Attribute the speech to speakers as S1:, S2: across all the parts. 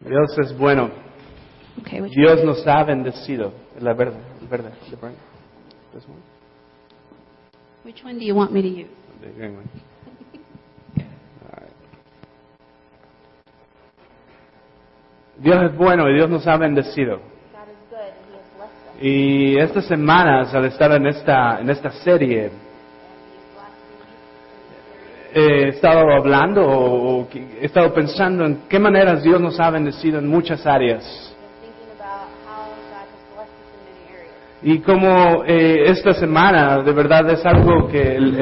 S1: Dios es bueno.
S2: Okay, which
S1: Dios nos ha bendecido. La verdad, la verdad. the right- this one?
S2: which one do you want me to use?
S1: The green one. Alright. Dios es bueno y Dios nos ha bendecido.
S3: God is good, and He has blessed us,
S1: Y estas semanas, al estar en esta, en esta serie,
S3: and He has blessed me.
S1: he estado hablando o, o que- he estado pensando en qué maneras Dios nos ha bendecido en muchas áreas.
S3: I've been thinking about how God has blessed us in many areas.
S1: Y como eh, esta semana, de verdad es algo que el,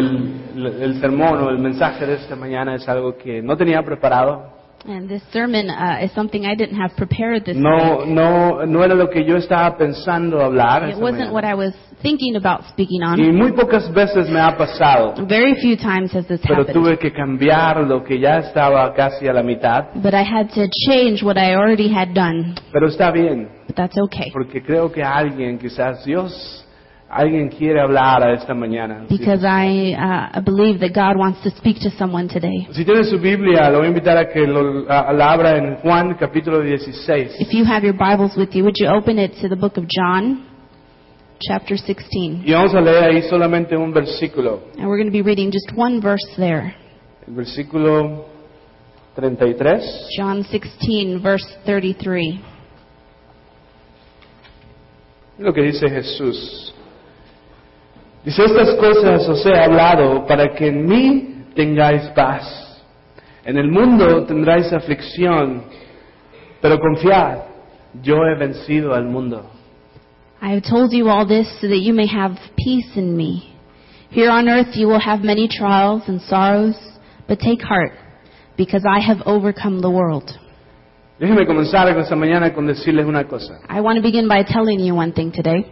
S1: el, el sermón o el mensaje de esta mañana es algo que no tenía preparado,
S2: And this sermon uh, is something I didn't have prepared this
S1: No,
S2: week.
S1: no, no era lo que yo estaba pensando hablar.
S2: It
S1: esta
S2: wasn't what
S1: mañana.
S2: I was thinking about speaking on.
S1: Y muy pocas veces me ha pasado,
S2: Very few times has this
S1: pero
S2: happened.
S1: tuve que cambiar lo que ya estaba casi a la mitad.
S2: But I had to change what I already had done.
S1: Pero está bien,
S2: But that's okay.
S1: porque creo que alguien, quizás Dios, alguien quiere hablar a esta mañana. Si,
S2: Because I uh, believe that God wants to speak to someone today.
S1: si tiene su Biblia, lo voy a invitar a que lo, a- la abra en Juan capítulo 16.
S2: If you have your Bibles with you, would you open it to the book of John, chapter 16?
S1: Y vamos a leer ahí solamente un versículo,
S2: And we're going to be reading just one verse there.
S1: el versículo 33.
S2: John 16, verse 33.
S1: Lo que dice Jesús. Dice, estas cosas os he hablado para que en mí tengáis paz. En el mundo tendráis aflicción, pero confiad, yo he vencido al mundo.
S2: I have told you all this so that you may have peace in me. Here on earth you will have many trials and sorrows, but take heart, because I have overcome the world.
S1: Déjenme comenzar con esta mañana con decirles una cosa.
S2: I want to begin by telling you one thing today.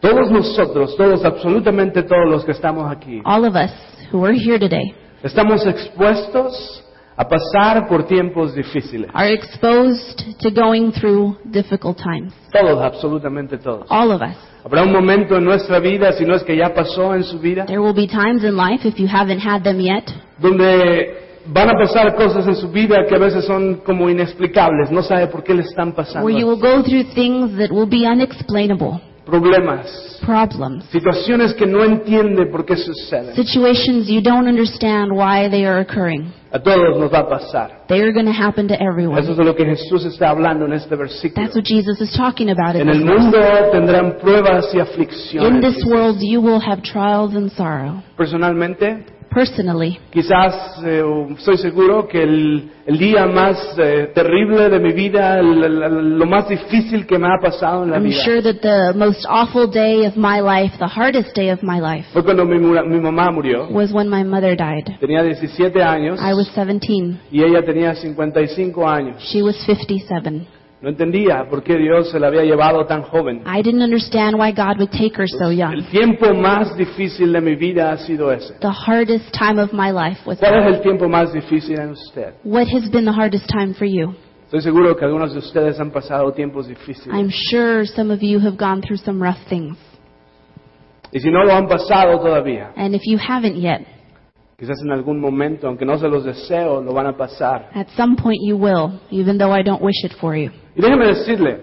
S1: Todos nosotros, todos, absolutamente todos los que estamos aquí,
S2: All of us who are here today
S1: estamos expuestos a pasar por tiempos difíciles.
S2: are exposed to going through difficult times.
S1: Todos, absolutamente todos.
S2: All of us.
S1: Habrá un momento en nuestra vida, si no es que ya pasó en su vida,
S2: There will be times in life, if you haven't had them yet,
S1: donde van a pasar cosas en su vida que a veces son como inexplicables, no sabe por qué le están pasando.
S2: where you will go through things that will be unexplainable
S1: Problemas,
S2: problems,
S1: situaciones que no entiende por qué suceden.
S2: situations you don't understand why they are occurring.
S1: A todos nos va a pasar.
S2: They are going to happen to
S1: Eso
S2: everyone.
S1: es de lo que Jesús está hablando en este versículo.
S2: That's what Jesus is talking about.
S1: En
S2: In
S1: el
S2: this, verse.
S1: mundo tendrán pruebas y
S2: in this
S1: aflicciones.
S2: world, you will have trials and sorrow.
S1: Personalmente,
S2: Personally,
S1: quizás eh, o estoy seguro que el, el día más eh, terrible de mi vida, el- el- lo más difícil que me ha pasado en la
S2: I'm
S1: vida,
S2: sure that the most awful day of my life, the hardest day of my life,
S1: fue cuando mi mura- mi mamá murió.
S2: was when my mother died.
S1: Tenía 17 años
S2: I was 17.
S1: y ella tenía 55 años.
S2: She was 57.
S1: No entendía por qué Dios se la había llevado tan joven.
S2: I didn't understand why God would take her so young.
S1: El tiempo más difícil de mi vida ha sido ese.
S2: The hardest time of my life was
S1: ¿Cuál es el tiempo más difícil en usted?
S2: What has been the hardest time for you?
S1: Estoy seguro que algunos de ustedes han pasado tiempos difíciles.
S2: I'm sure some of you have gone through some rough things.
S1: Y si no lo han pasado todavía,
S2: And if you haven't yet,
S1: quizás en algún momento, aunque no se los deseo, lo van a pasar.
S2: at some point you will, even though I don't wish it for you.
S1: Y déjeme decirle,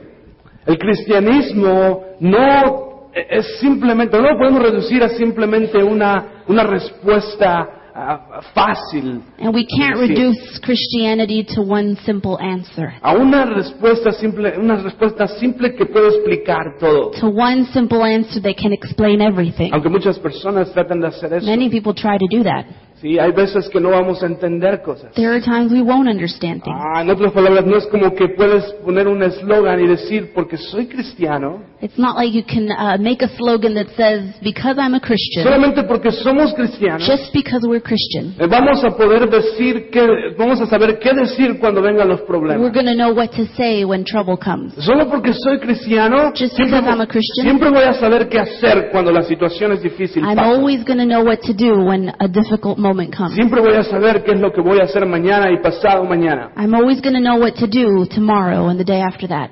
S1: el cristianismo no e, es simplemente, no lo podemos reducir a simplemente una, una respuesta ah, fácil,
S2: And we can't
S1: Sí.
S2: reduce Christianity to one simple answer,
S1: a una respuesta simple, una respuesta simple que puede explicar todo.
S2: to one simple answer that can explain everything.
S1: Aunque muchas personas tratan de hacer eso,
S2: Many people try to do that.
S1: sí, hay veces que no vamos a entender cosas.
S2: There are times we won't understand things.
S1: Ah, en otras palabras, no es como que puedes poner un eslogan y decir, porque soy cristiano,
S2: It's not like you can uh, make a slogan that says, because I'm a Christian,
S1: solamente porque somos cristianos,
S2: just because we're Christian,
S1: Eh, Vamos a poder decir que vamos a saber qué decir cuando vengan los
S2: we're
S1: problemas.
S2: going to know what to say when trouble comes.
S1: Solo porque soy cristiano,
S2: Just
S1: siempre,
S2: because I'm a
S1: vo-
S2: Christian.
S1: siempre voy a saber qué hacer cuando la situación es difícil.
S2: I'm
S1: pasa.
S2: always going to know what to do when a difficult moment comes.
S1: Siempre voy a saber qué es lo que voy a hacer mañana y pasado mañana.
S2: I'm always going to know what to do tomorrow and the day after that.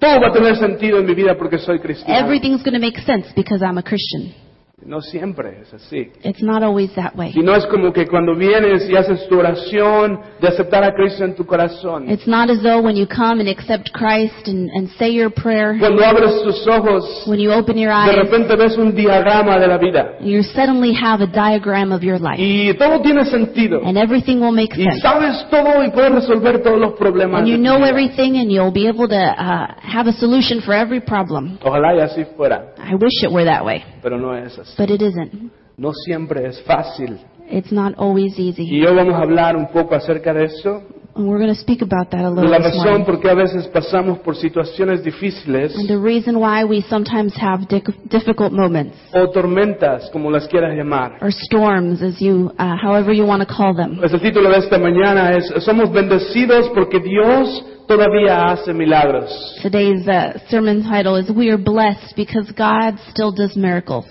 S1: Todo va a tener sentido en mi vida porque soy cristiano.
S2: Everything's going to make sense because I'm a Christian.
S1: No siempre es así.
S2: It's not always that way.
S1: Y no es como que cuando vienes y haces tu oración de aceptar a Cristo en tu corazón.
S2: It's not as though when you come and accept Christ and, and say your prayer,
S1: Cuando abres tus ojos,
S2: when you open your
S1: de
S2: eyes,
S1: repente ves un diagrama de la vida.
S2: you suddenly have a diagram of your life.
S1: Y todo tiene sentido.
S2: And everything will make
S1: Y
S2: sense.
S1: sabes todo y puedes resolver todos los problemas.
S2: And you
S1: de tu
S2: know
S1: vida.
S2: everything and you'll be able to uh, have a solution for every problem.
S1: Ojalá y así fuera,
S2: I wish it were that way,
S1: pero no es así.
S2: but it isn't.
S1: No siempre es fácil.
S2: It's not always easy.
S1: Y hoy vamos a hablar un poco acerca de eso,
S2: And we're going to speak about that a
S1: de
S2: little
S1: la
S2: this
S1: razón
S2: morning.
S1: por qué a veces pasamos por situaciones difíciles
S2: And the reason why we sometimes have dic- difficult moments
S1: o tormentas, como las quieras llamar.
S2: or storms, as you, uh, however you want to call them.
S1: Pues el título de esta mañana es Somos bendecidos porque Dios todavía hace milagros.
S2: Today's uh, sermon title is We Are Blessed Because God Still Does Miracles.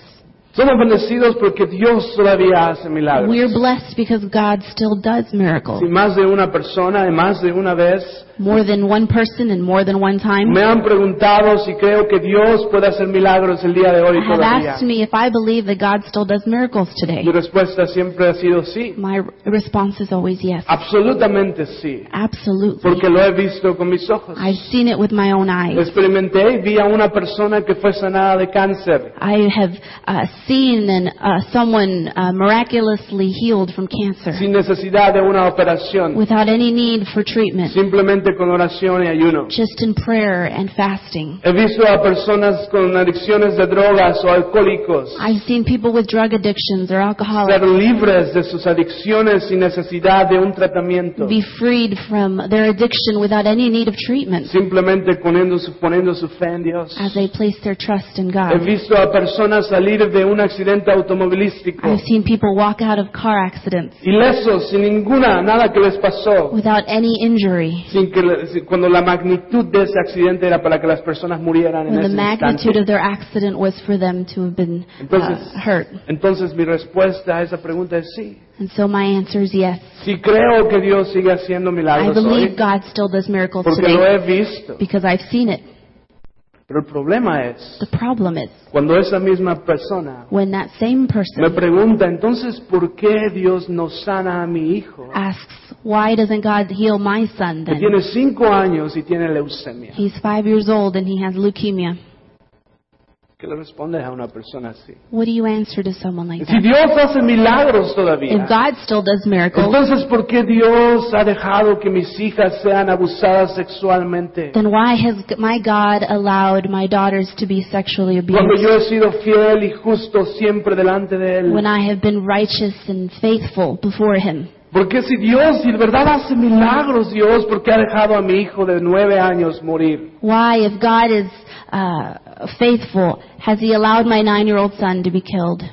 S1: Somos bendecidos porque Dios todavía hace milagros.
S2: We are blessed because God still does miracles.
S1: Si más de una persona, y más de una vez,
S2: More than one person and more than one time.
S1: me han preguntado si creo que Dios puede hacer milagros el día de hoy
S2: have
S1: todavía.
S2: asked me if I believe that God still does miracles today.
S1: Mi respuesta siempre ha sido sí,
S2: My r- response is always yes.
S1: absolutamente sí,
S2: Absolutely.
S1: porque lo he visto con mis ojos.
S2: I've seen it with my own
S1: Lo
S2: eyes.
S1: experimenté y vi a una persona que fue sanada de cáncer.
S2: I have uh, seen an, uh, someone uh, miraculously healed from cancer
S1: sin necesidad de una operación,
S2: without any need for treatment,
S1: simplemente con oración y ayuno.
S2: just in prayer and fasting.
S1: He visto a personas con adicciones de drogas o alcohólicos
S2: I've seen people with drug addictions or
S1: ser
S2: alcoholics
S1: libres de sus adicciones sin necesidad de un tratamiento,
S2: be freed from their addiction without any need of treatment
S1: simplemente poniendo su, poniendo su fe en Dios.
S2: as they place their trust in God.
S1: He visto a personas salir de un accidente automovilístico
S2: I've seen people walk out of car accidents
S1: ilesos, sin ninguna, nada que les pasó,
S2: without any injury
S1: sin que, le- sin- cuando la magnitud de ese accidente era para que las personas murieran en
S2: when the
S1: ese
S2: magnitude
S1: instante.
S2: of their accident was for them to have been
S1: Entonces-
S2: uh, hurt.
S1: Entonces mi respuesta a esa pregunta es sí.
S2: And so my answer is yes.
S1: Si creo que Dios sigue haciendo
S2: I
S1: milagros hoy,
S2: believe God still does miracles
S1: porque lo
S2: today
S1: he visto.
S2: because I've seen it.
S1: Pero el problema es
S2: The problem is
S1: cuando esa misma persona
S2: when that same
S1: me
S2: person
S1: pregunta, entonces, ¿por qué Dios no sana a mi hijo
S2: asks, why doesn't God heal my son
S1: que
S2: then?
S1: tiene cinco años y tiene leucemia?
S2: He's five years old and he has leukemia.
S1: ¿Qué le respondes a una persona así?
S2: What do you answer to someone like
S1: Si
S2: that?
S1: Dios hace milagros todavía,
S2: If God still does miracles,
S1: entonces, ¿por qué Dios ha dejado que mis hijas sean abusadas sexualmente?
S2: then why has my God allowed my daughters to be sexually
S1: Cuando
S2: abused?
S1: yo he sido fiel y justo siempre delante de Él.
S2: when I have been righteous and faithful before him.
S1: Porque si Dios, si de verdad hace milagros Dios, porque ha dejado a mi hijo de nueve años morir?
S2: Why, if God is uh, faithful, has he allowed my nine-year-old son to be killed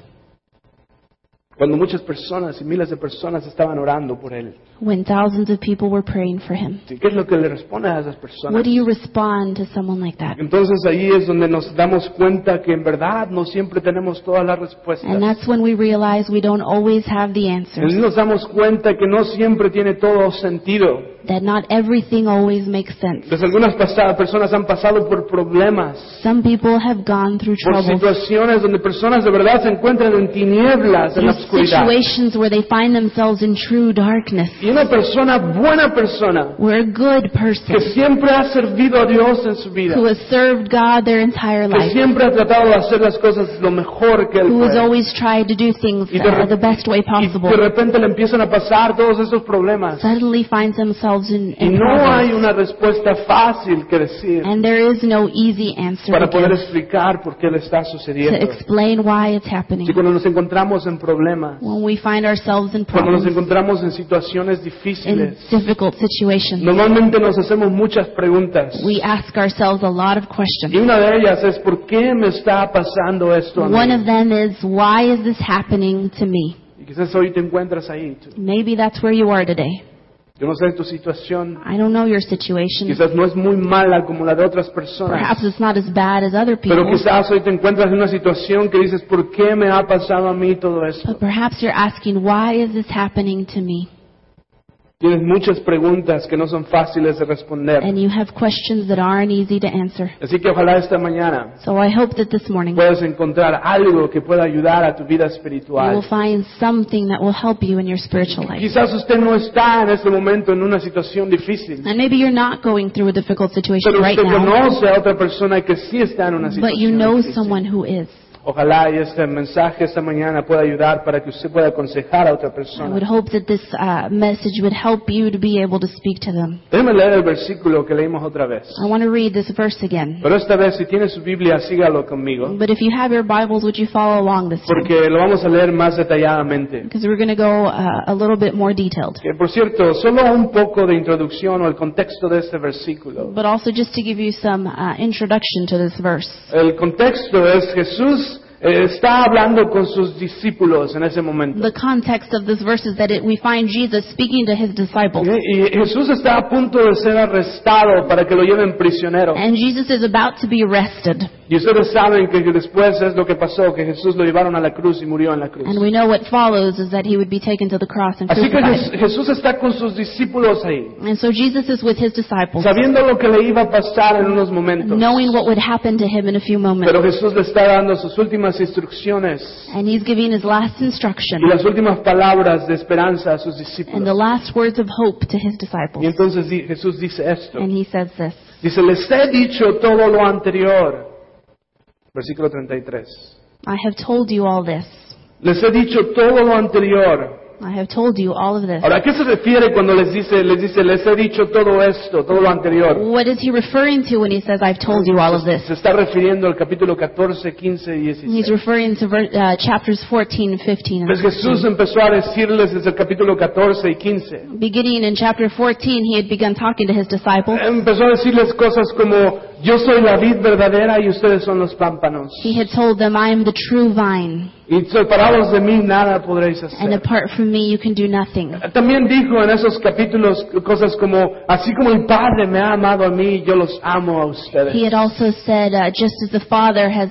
S1: Cuando muchas personas y miles de personas estaban orando por él.
S2: when thousands of people were praying for him?
S1: ¿Sí? ¿Qué es lo que le respondes a esas personas?
S2: What do you respond to someone like that?
S1: Entonces ahí es donde nos damos cuenta que en verdad no siempre tenemos todas las
S2: And
S1: respuestas.
S2: that's when we realize we don't always have the answers,
S1: Nos damos cuenta que no siempre tiene todo sentido.
S2: that not everything always makes sense.
S1: Pues algunas pasa- personas han pasado por problemas,
S2: Some people have gone through
S1: por
S2: troubles,
S1: situaciones donde personas de verdad se encuentran en tinieblas, en la
S2: through
S1: oscuridad.
S2: situations where they find themselves in true darkness.
S1: Y una persona, buena persona,
S2: We're a good
S1: que
S2: person
S1: siempre ha servido a Dios en su vida,
S2: who has served God their entire
S1: que
S2: life.
S1: siempre ha tratado de hacer las cosas lo mejor que él
S2: who has
S1: puede.
S2: always tried to do things
S1: Y de re-
S2: uh, the best way
S1: Y
S2: possible
S1: de repente le empiezan a pasar todos esos problemas
S2: suddenly finds themselves in,
S1: y
S2: in
S1: no
S2: problems.
S1: hay una respuesta fácil que decir
S2: and there is no easy answer
S1: para
S2: to
S1: poder
S2: give
S1: explicar por qué le está
S2: to
S1: sucediendo.
S2: explain why it's happening
S1: Y cuando nos encontramos en problemas,
S2: when we find ourselves in
S1: cuando nos
S2: problems
S1: encontramos en situaciones
S2: in
S1: difíciles,
S2: difficult situations
S1: normalmente nos hacemos muchas preguntas.
S2: we ask ourselves a lot of
S1: Y
S2: questions
S1: una de ellas es ¿por qué me está pasando esto a
S2: one
S1: mí?
S2: of them is why is this happening to me
S1: Y quizás hoy te encuentras ahí. tú.
S2: maybe that's where you are today
S1: Yo no sé tu situación,
S2: I don't know your situation
S1: Quizás no es muy mala como la de otras personas,
S2: perhaps it's not as bad as other
S1: pero
S2: people
S1: quizás hoy te encuentras en una situación que dices, ¿por qué me ha pasado a mí todo esto?
S2: but perhaps you're asking why is this happening to me
S1: Tienes muchas preguntas que no son fáciles de responder.
S2: and you have questions that aren't easy to answer.
S1: Así que ojalá esta mañana
S2: So I hope that this morning you
S1: puedas encontrar algo que pueda ayudar a tu vida espiritual.
S2: will find something that will help you in your spiritual life.
S1: Quizás usted no está en este momento en una situación difícil,
S2: And maybe you're not going through a difficult situation
S1: pero
S2: right
S1: usted
S2: now,
S1: conoce a otra persona que sí está en una
S2: but you
S1: situación
S2: know
S1: difícil.
S2: someone who is.
S1: Ojalá y este mensaje esta mañana pueda ayudar para que usted pueda aconsejar a otra
S2: I would
S1: persona.
S2: hope that this uh, message would help you to be able to speak to them.
S1: Déjeme leer el versículo que leímos otra vez.
S2: I want to read this verse again.
S1: Pero esta vez, si tiene su Biblia, sígalo conmigo,
S2: But if you have your Bibles, would you follow along this time?
S1: porque lo vamos a leer más detalladamente.
S2: Because we're going to go uh, a little bit more detailed.
S1: Que, por cierto, solo un poco de introducción o el contexto de este versículo.
S2: But also just to give you some uh, introduction to this verse.
S1: El contexto es Jesús eh, está hablando con sus discípulos en ese momento.
S2: The context of this verse is that it, we find Jesus speaking to his disciples.
S1: Y Jesús está a punto de ser arrestado para que lo lleven prisionero.
S2: And Jesus is about to be arrested.
S1: Y ustedes saben que después es lo que pasó, que Jesús lo llevaron a la cruz y murió en la cruz.
S2: And we know what follows is that he would be taken to the cross and
S1: Así que Jes-
S2: crucified.
S1: Jesús está con sus discípulos ahí,
S2: And so Jesus is with his disciples,
S1: sabiendo lo que le iba a pasar en unos momentos.
S2: knowing what would happen to him in a few moments.
S1: Pero Jesús le está dando sus últimas instrucciones
S2: And he's giving his last instruction
S1: y las últimas palabras de esperanza a sus
S2: and the
S1: discípulos.
S2: last words of hope to his
S1: Y
S2: disciples.
S1: entonces di- Jesús dice esto.
S2: And he says this.
S1: Dice, les he dicho todo lo anterior. Versículo 33.
S2: I have told you all this.
S1: Les he dicho todo lo anterior.
S2: I have told you all of this.
S1: Ahora, ¿a qué se refiere cuando les dice, les dice, les he dicho todo esto, todo lo anterior?
S2: What is he referring to when he says, I've told you all of this?
S1: Se está refiriendo al capítulo 14, 15 y
S2: He's
S1: 16.
S2: referring to ver, uh, chapters 14, 15, and
S1: Pues Jesús empezó a decirles desde el capítulo 14 y 15.
S2: Beginning in chapter 14, he had begun talking to his disciples.
S1: Empezó a decirles cosas como, yo soy la vid verdadera y ustedes son los pámpanos.
S2: He had told them, I am the true vine,
S1: Y separados de mí nada podréis
S2: and
S1: hacer.
S2: apart from me you can do nothing.
S1: También dijo en esos capítulos cosas como, así como el Padre me ha amado a mí, yo los amo a ustedes.
S2: He had also said, uh, just as the Father has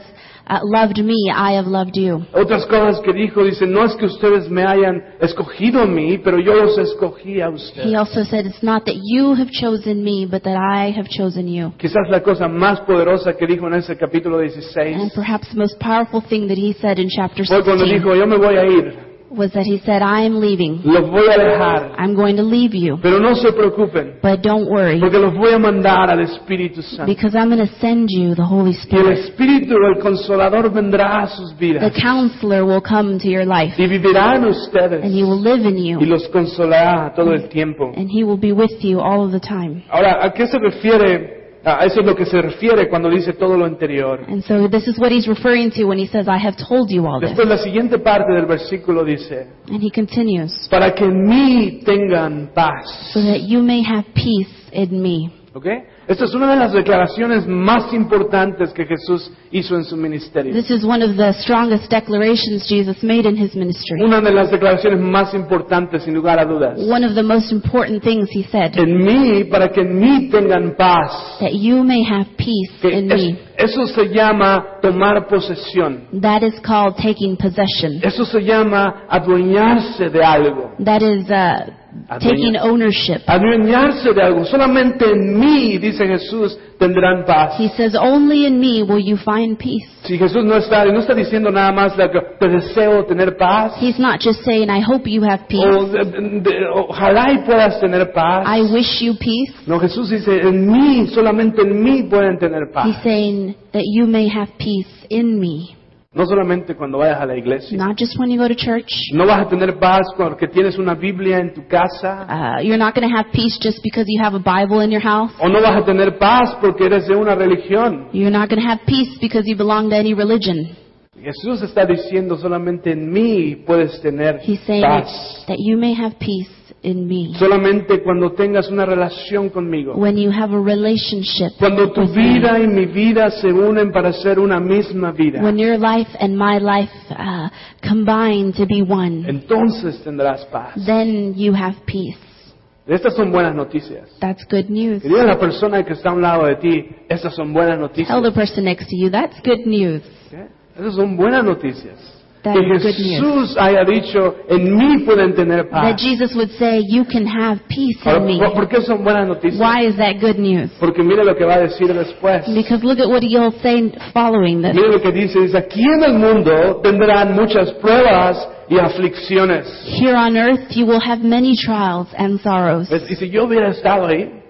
S2: uh, loved me, I have loved you.
S1: Otras cosas que dijo, dice, no es que ustedes me hayan escogido a mí, pero yo los escogí a
S2: He
S1: ustedes.
S2: also said, it's not that you have chosen me, but that I have chosen you.
S1: Quizás la cosa más poderosa que dijo en ese capítulo
S2: And
S1: 16
S2: perhaps the most powerful thing that he said in chapter
S1: fue cuando
S2: 16
S1: dijo, yo me voy a ir,
S2: was that he said, I am leaving.
S1: los voy a dejar,
S2: I'm going to leave you,
S1: pero no se preocupen,
S2: but don't worry,
S1: porque los voy a mandar al Espíritu Santo.
S2: because I'm going to send you the Holy
S1: Y el
S2: Spirit.
S1: Espíritu, el Consolador, vendrá a sus vidas
S2: The counselor will come to your life,
S1: y vivirá en
S2: and
S1: ustedes.
S2: he will live in
S1: y
S2: you,
S1: los consolará todo el tiempo.
S2: and he will be with you all of the time.
S1: Ahora, ¿a qué se refiere? A eso es lo que se refiere cuando dice todo lo anterior.
S2: And so this is what he's referring to when he says, I have told you all this.
S1: Después la siguiente parte del versículo dice,
S2: And he continues,
S1: para que en mí tengan paz.
S2: so that you may have peace in me.
S1: ¿Ok? Esta es una de las declaraciones más importantes que Jesús hizo en su ministerio.
S2: This is one of the strongest declarations Jesus made in his ministry.
S1: Una de las declaraciones más importantes, sin lugar a dudas.
S2: One of the most important things he said,
S1: En mí, para que en mí tengan paz.
S2: that you may have peace
S1: Que
S2: in
S1: es-
S2: me.
S1: eso se llama tomar posesión.
S2: That is called taking possession.
S1: Eso se llama adueñarse de algo.
S2: That is uh, taking ownership.
S1: Adueñarse de algo. Solamente en mí, dice Jesús, tendrán paz.
S2: He says, only in me will you find peace.
S1: Si Jesús no está, no está diciendo nada más de que te deseo tener paz.
S2: He's not just saying, I hope you have peace.
S1: O de- de- ojalá y puedas tener
S2: I
S1: paz.
S2: wish you peace.
S1: No, Jesús dice, en mí, solamente en mí pueden tener
S2: He's
S1: paz.
S2: saying that you may have peace in me.
S1: No solamente cuando vayas a la iglesia.
S2: Not just when you go to church.
S1: No vas a tener paz porque tienes una Biblia en tu casa.
S2: Uh, you're not going to have peace just because you have a Bible in your house.
S1: O no vas a tener paz porque eres de una religión.
S2: You're not going to have peace because you belong to any religion.
S1: Jesús está diciendo solamente en mí puedes tener
S2: He's saying
S1: paz.
S2: that you may have peace in me.
S1: Solamente cuando tengas una relación conmigo.
S2: When you have a relationship.
S1: Cuando tu
S2: with me.
S1: vida y mi vida se unen para ser una misma vida.
S2: When your life and my life uh, combine to be one.
S1: Entonces tendrás paz.
S2: Then you have peace.
S1: Estas son buenas noticias.
S2: That's good news.
S1: Que diga a la persona que está a un lado de ti, estas son buenas
S2: Tell
S1: noticias.
S2: the person next to you, that's good news.
S1: ¿Eh? Estas son buenas noticias.
S2: that
S1: que
S2: good news.
S1: Jesús haya dicho, en mí pueden tener
S2: That
S1: paz.
S2: Jesus would say, You can have peace
S1: Ahora,
S2: in me.
S1: ¿por- ¿Por qué son buenas noticias?
S2: Why is that good news?
S1: Porque mire lo que va a decir después.
S2: Because look at what he'll say following this.
S1: Mire lo que dice, dice, aquí en el mundo tendrán muchas pruebas y aflicciones.
S2: Here on earth you will have many trials and sorrows.
S1: ¿Ves? Y si yo hubiera estado ahí,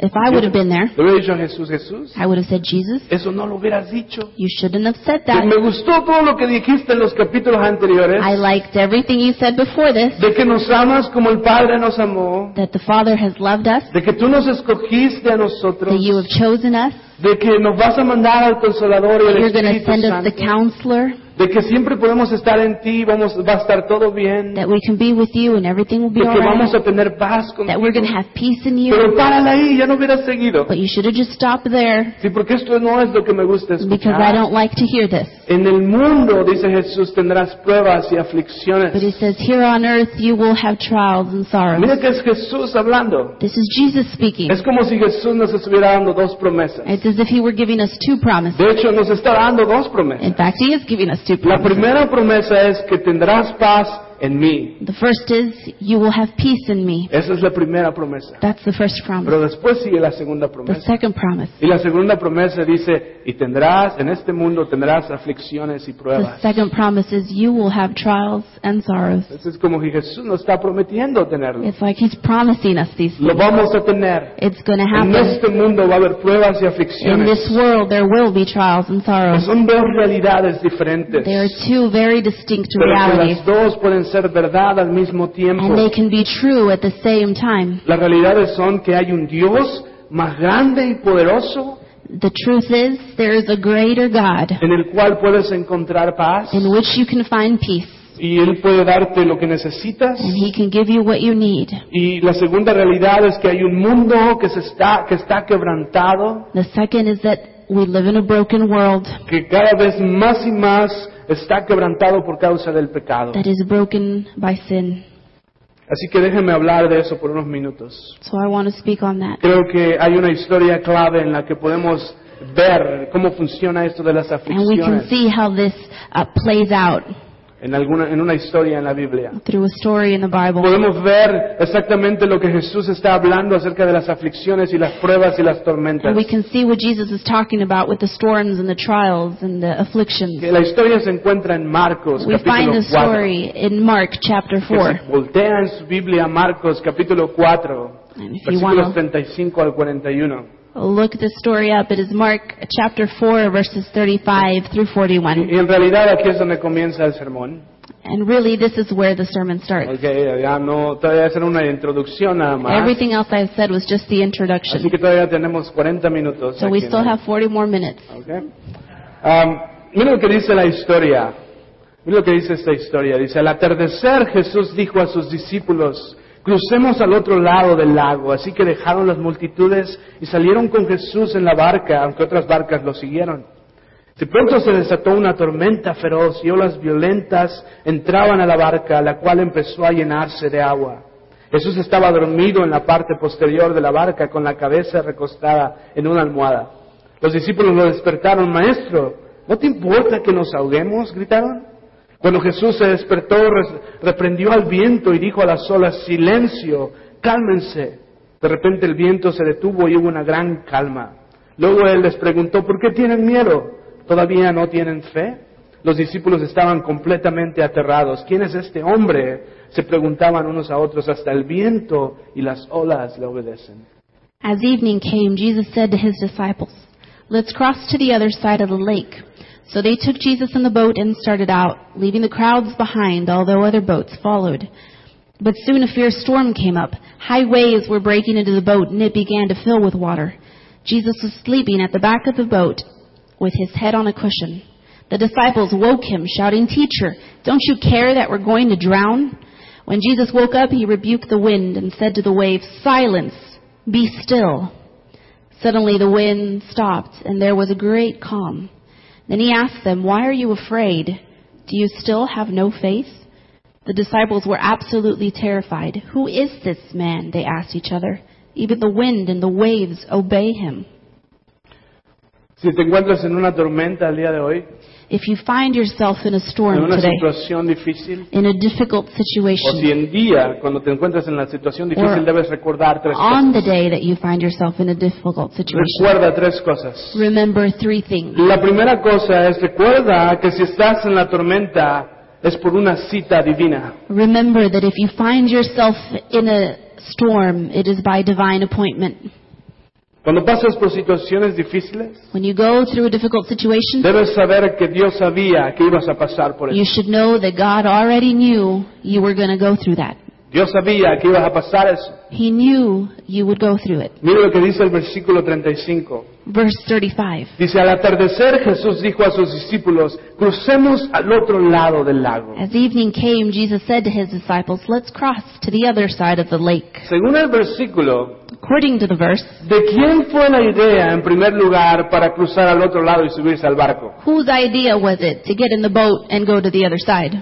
S2: If I would have been there,
S1: le hubiera dicho a Jesús, Jesús,
S2: I would have said, Jesus,
S1: eso no lo hubieras dicho.
S2: you shouldn't have said
S1: Y
S2: that.
S1: me gustó todo lo que dijiste en los capítulos anteriores,
S2: I liked everything you said before this,
S1: de que nos amas como el Padre nos amó,
S2: that the Father has loved us,
S1: de que tú nos escogiste a
S2: that
S1: nosotros,
S2: you have chosen us,
S1: de que nos vas a mandar al Consolador y al
S2: you're going to
S1: Espíritu
S2: send us
S1: Santo,
S2: the counselor,
S1: de que siempre podemos estar en ti, vamos, va a estar todo bien, de
S2: that we can be with you and everything will be
S1: que vamos
S2: alright,
S1: a tener paz contigo.
S2: that we're going to have peace in
S1: Pero
S2: you.
S1: párala ahí, ya no hubieras seguido.
S2: But you should have just stopped there
S1: Sí, porque esto no es lo que me gusta
S2: because I
S1: escuchar.
S2: don't like to hear this.
S1: En el mundo, dice Jesús, tendrás pruebas y
S2: But he
S1: aflicciones.
S2: says, Here on earth you will have trials and sorrows.
S1: Mira que es Jesús hablando.
S2: This is Jesus speaking.
S1: Es como si Jesús nos estuviera dando dos promesas.
S2: It's as if he were giving us two promises.
S1: De hecho, nos está dando dos promesas.
S2: In fact, he is giving us two
S1: La
S2: promises.
S1: primera promesa es que tendrás paz en mí.
S2: The first is, You will have peace in me.
S1: Esa es la primera promesa.
S2: That's the first
S1: Pero
S2: promise.
S1: después sigue la segunda
S2: The
S1: promesa.
S2: second promise.
S1: Y la segunda promesa dice, y tendrás, en este mundo tendrás aflicciones y
S2: The
S1: pruebas.
S2: second promise is, You will have trials and sorrows.
S1: Entonces es como que Jesús nos está prometiendo tenerlo.
S2: It's like he's promising us these
S1: Lo
S2: things.
S1: vamos a tener.
S2: It's going to
S1: En
S2: happen.
S1: este mundo va a haber pruebas y
S2: In this
S1: aflicciones.
S2: world, there will be trials and
S1: Que
S2: sorrows.
S1: Son dos realidades diferentes,
S2: They are two very distinct
S1: pero que
S2: realities,
S1: las dos pueden ser verdad al mismo tiempo.
S2: and they can be true at the same time.
S1: Las realidades son que hay un Dios más grande y poderoso
S2: The truth is, there is a greater God
S1: en el cual puedes encontrar paz
S2: in which you can find peace,
S1: y Él puede darte lo que necesitas.
S2: and He can give you what you need.
S1: Y la segunda realidad es que hay un mundo que, se está, que está quebrantado,
S2: The second is that we live in a broken world
S1: que cada vez más y más está quebrantado por causa del pecado.
S2: that is broken by sin.
S1: Así que déjenme hablar de eso por unos minutos.
S2: So I want to speak on that.
S1: Creo que hay una historia clave en la que podemos ver cómo funciona esto de las
S2: And we can
S1: aflicciones
S2: see how this uh, plays out
S1: en alguna en una historia en la Biblia.
S2: through a story in the Bible.
S1: Podemos ver exactamente lo que Jesús está hablando acerca de las aflicciones y las pruebas y las tormentas.
S2: And we can see what Jesus is talking about with the storms and the trials and the afflictions.
S1: Que la historia se encuentra en Marcos
S2: We find
S1: capítulo
S2: the
S1: 4.
S2: story in Mark chapter
S1: Que
S2: 4.
S1: se voltea en su Biblia Marcos capítulo 4,
S2: And if you
S1: versículos
S2: want to
S1: 35 al 41.
S2: look this story up, it is Mark chapter 4, verses 35 through 41.
S1: Y en realidad aquí es donde comienza el sermón.
S2: And really, this is where the sermon starts.
S1: Ok, ya no, todavía es una introducción nada más.
S2: Everything else I've said was just
S1: Así
S2: the introduction.
S1: que todavía tenemos 40 minutos.
S2: So we
S1: aquí,
S2: still
S1: ¿no?
S2: have 40 more minutes.
S1: Ok. Am, mira lo que dice la historia. Mira lo que dice esta historia. Dice, al atardecer Jesús dijo a sus discípulos, crucemos al otro lado del lago. Así que dejaron las multitudes y salieron con Jesús en la barca, aunque otras barcas lo siguieron. De pronto se desató una tormenta feroz y olas violentas entraban a la barca, la cual empezó a llenarse de agua. Jesús estaba dormido en la parte posterior de la barca con la cabeza recostada en una almohada. Los discípulos lo despertaron, Maestro, ¿no te importa que nos ahoguemos? gritaron. Cuando Jesús se despertó, re- reprendió al viento y dijo a las olas, Silencio, cálmense. De repente el viento se detuvo y hubo una gran calma. Luego él les preguntó, ¿por qué tienen miedo? ¿Todavía no tienen fe? Los discípulos estaban completamente aterrados. ¿Quién es este hombre? Se preguntaban unos a otros, hasta el viento y las olas le obedecen.
S2: As evening came, Jesus said to his disciples, Let's cross to the other side of the lake. So they took Jesus in the boat and started out, leaving the crowds behind, although other boats followed. But soon a fierce storm came up. High waves were breaking into the boat, and it began to fill with water. Jesus was sleeping at the back of the boat with his head on a cushion. The disciples woke him, shouting, Teacher, don't you care that we're going to drown? When Jesus woke up, he rebuked the wind and said to the waves, Silence, be still. Suddenly the wind stopped, and there was a great calm. Then he asked them, Why are you afraid? Do you still have no faith? The disciples were absolutely terrified. Who is this man? They asked each other. Even the wind and the waves obey him.
S1: Si te encuentras en una tormenta el día de hoy,
S2: If you find yourself in a
S1: en
S2: storm
S1: una
S2: today,
S1: situación difícil,
S2: in a difficult
S1: o si
S2: situation,
S1: en día, cuando te encuentras en la situación difícil,
S2: Or-
S1: debes recordar tres
S2: on
S1: cosas.
S2: the day that you find yourself in a difficult situation,
S1: Recuerda tres cosas.
S2: remember three things.
S1: La primera cosa es recuerda que si estás en la tormenta es por una cita divina.
S2: Remember that if you find yourself in a storm, it is by divine appointment.
S1: Cuando pasas por situaciones difíciles,
S2: When you go through a difficult situation,
S1: debes saber que Dios sabía que ibas a pasar por
S2: you
S1: eso.
S2: should know that God already knew you were going to go through that.
S1: Dios sabía que ibas a pasar eso.
S2: He knew you would go through it.
S1: Mira lo que dice el versículo 35.
S2: Verse 35.
S1: Dice, al atardecer Jesús dijo a sus discípulos, crucemos al otro lado del lago.
S2: As evening came, Jesus said to his disciples, Let's cross to the other side of the lake.
S1: Según el versículo,
S2: According to the verse,
S1: ¿de quién fue la idea en primer lugar para cruzar al otro lado y subirse al barco?
S2: whose idea was it to get in the boat and go to the other side?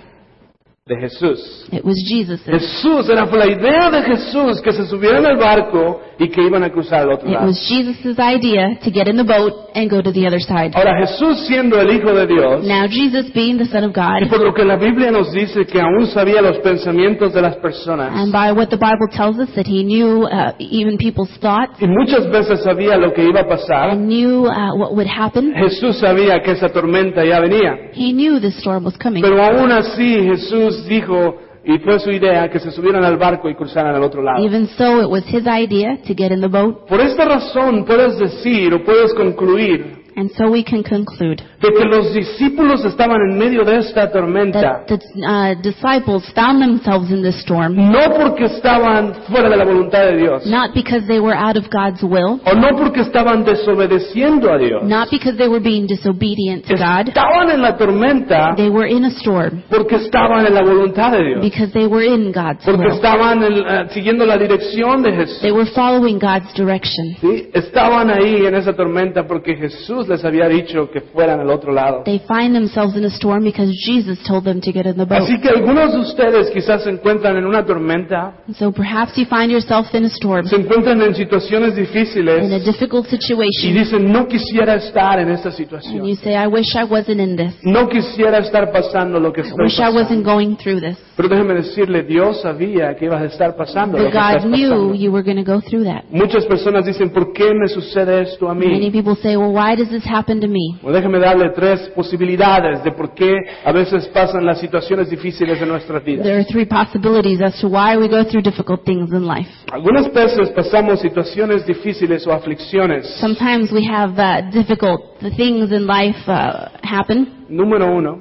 S1: De Jesús.
S2: It was Jesus'.
S1: Jesús, era fue la idea de Jesús que se subieran al barco y que iban a cruzar al otro
S2: It
S1: lado.
S2: was Jesus' idea to get in the boat and go to the other side.
S1: Ahora Jesús siendo el Hijo de Dios,
S2: Now, Jesus being the Son of God,
S1: y por lo que la Biblia nos dice que aún sabía los pensamientos de las
S2: and
S1: personas,
S2: by what the Bible tells us that he knew uh, even people's thoughts,
S1: y muchas veces sabía lo que iba a pasar,
S2: and knew uh, what would happen,
S1: Jesús sabía que esa tormenta ya venía.
S2: he knew this storm was coming.
S1: Pero aún así Jesús dijo, y fue su idea, que se subieran al barco y cruzaran al otro lado.
S2: Even so, it was his idea to get in the boat,
S1: Por esta razón puedes decir o puedes concluir
S2: and so we can conclude
S1: de que los discípulos estaban en medio de esta tormenta.
S2: that the uh, disciples found themselves in this storm
S1: No porque estaban fuera de la voluntad de Dios.
S2: not because they were out of God's will,
S1: O no porque estaban desobedeciendo a Dios.
S2: not because they were being disobedient to God.
S1: Estaban en la tormenta
S2: They were in a storm
S1: porque estaban en la voluntad de Dios.
S2: because they were in God's
S1: Porque
S2: will.
S1: estaban en la- siguiendo la dirección de Jesús.
S2: They were following God's direction.
S1: ¿sí? Estaban ahí en esa tormenta porque Jesús les había dicho que fueran al otro lado.
S2: They find themselves in a storm because Jesus told them to get in the boat.
S1: Así que algunos de ustedes quizás se encuentran en una tormenta,
S2: So perhaps you find yourself in a storm,
S1: se encuentran en situaciones
S2: in a
S1: difíciles
S2: difficult
S1: y
S2: situation,
S1: dicen, no quisiera estar en esta
S2: and
S1: situación.
S2: you say, I wish I wasn't in this.
S1: No quisiera estar pasando lo que
S2: I
S1: estoy
S2: wish I
S1: pasando.
S2: wasn't going through this.
S1: Pero déjeme decirle, Dios sabía que ibas a estar pasando. lo
S2: But
S1: que estás
S2: God knew
S1: pasando.
S2: you were going to go through that.
S1: Muchas personas dicen, ¿por qué me sucede esto a
S2: Many
S1: mí?
S2: people say, well, why does this happen to me?
S1: Bueno, déjeme darle tres posibilidades de por qué a veces pasan las situaciones difíciles en nuestras vidas.
S2: There are three possibilities as to why we go through difficult things in life.
S1: Algunas veces pasamos situaciones difíciles o aflicciones.
S2: Sometimes we have uh, difficult things in life uh, happen,
S1: Número uno,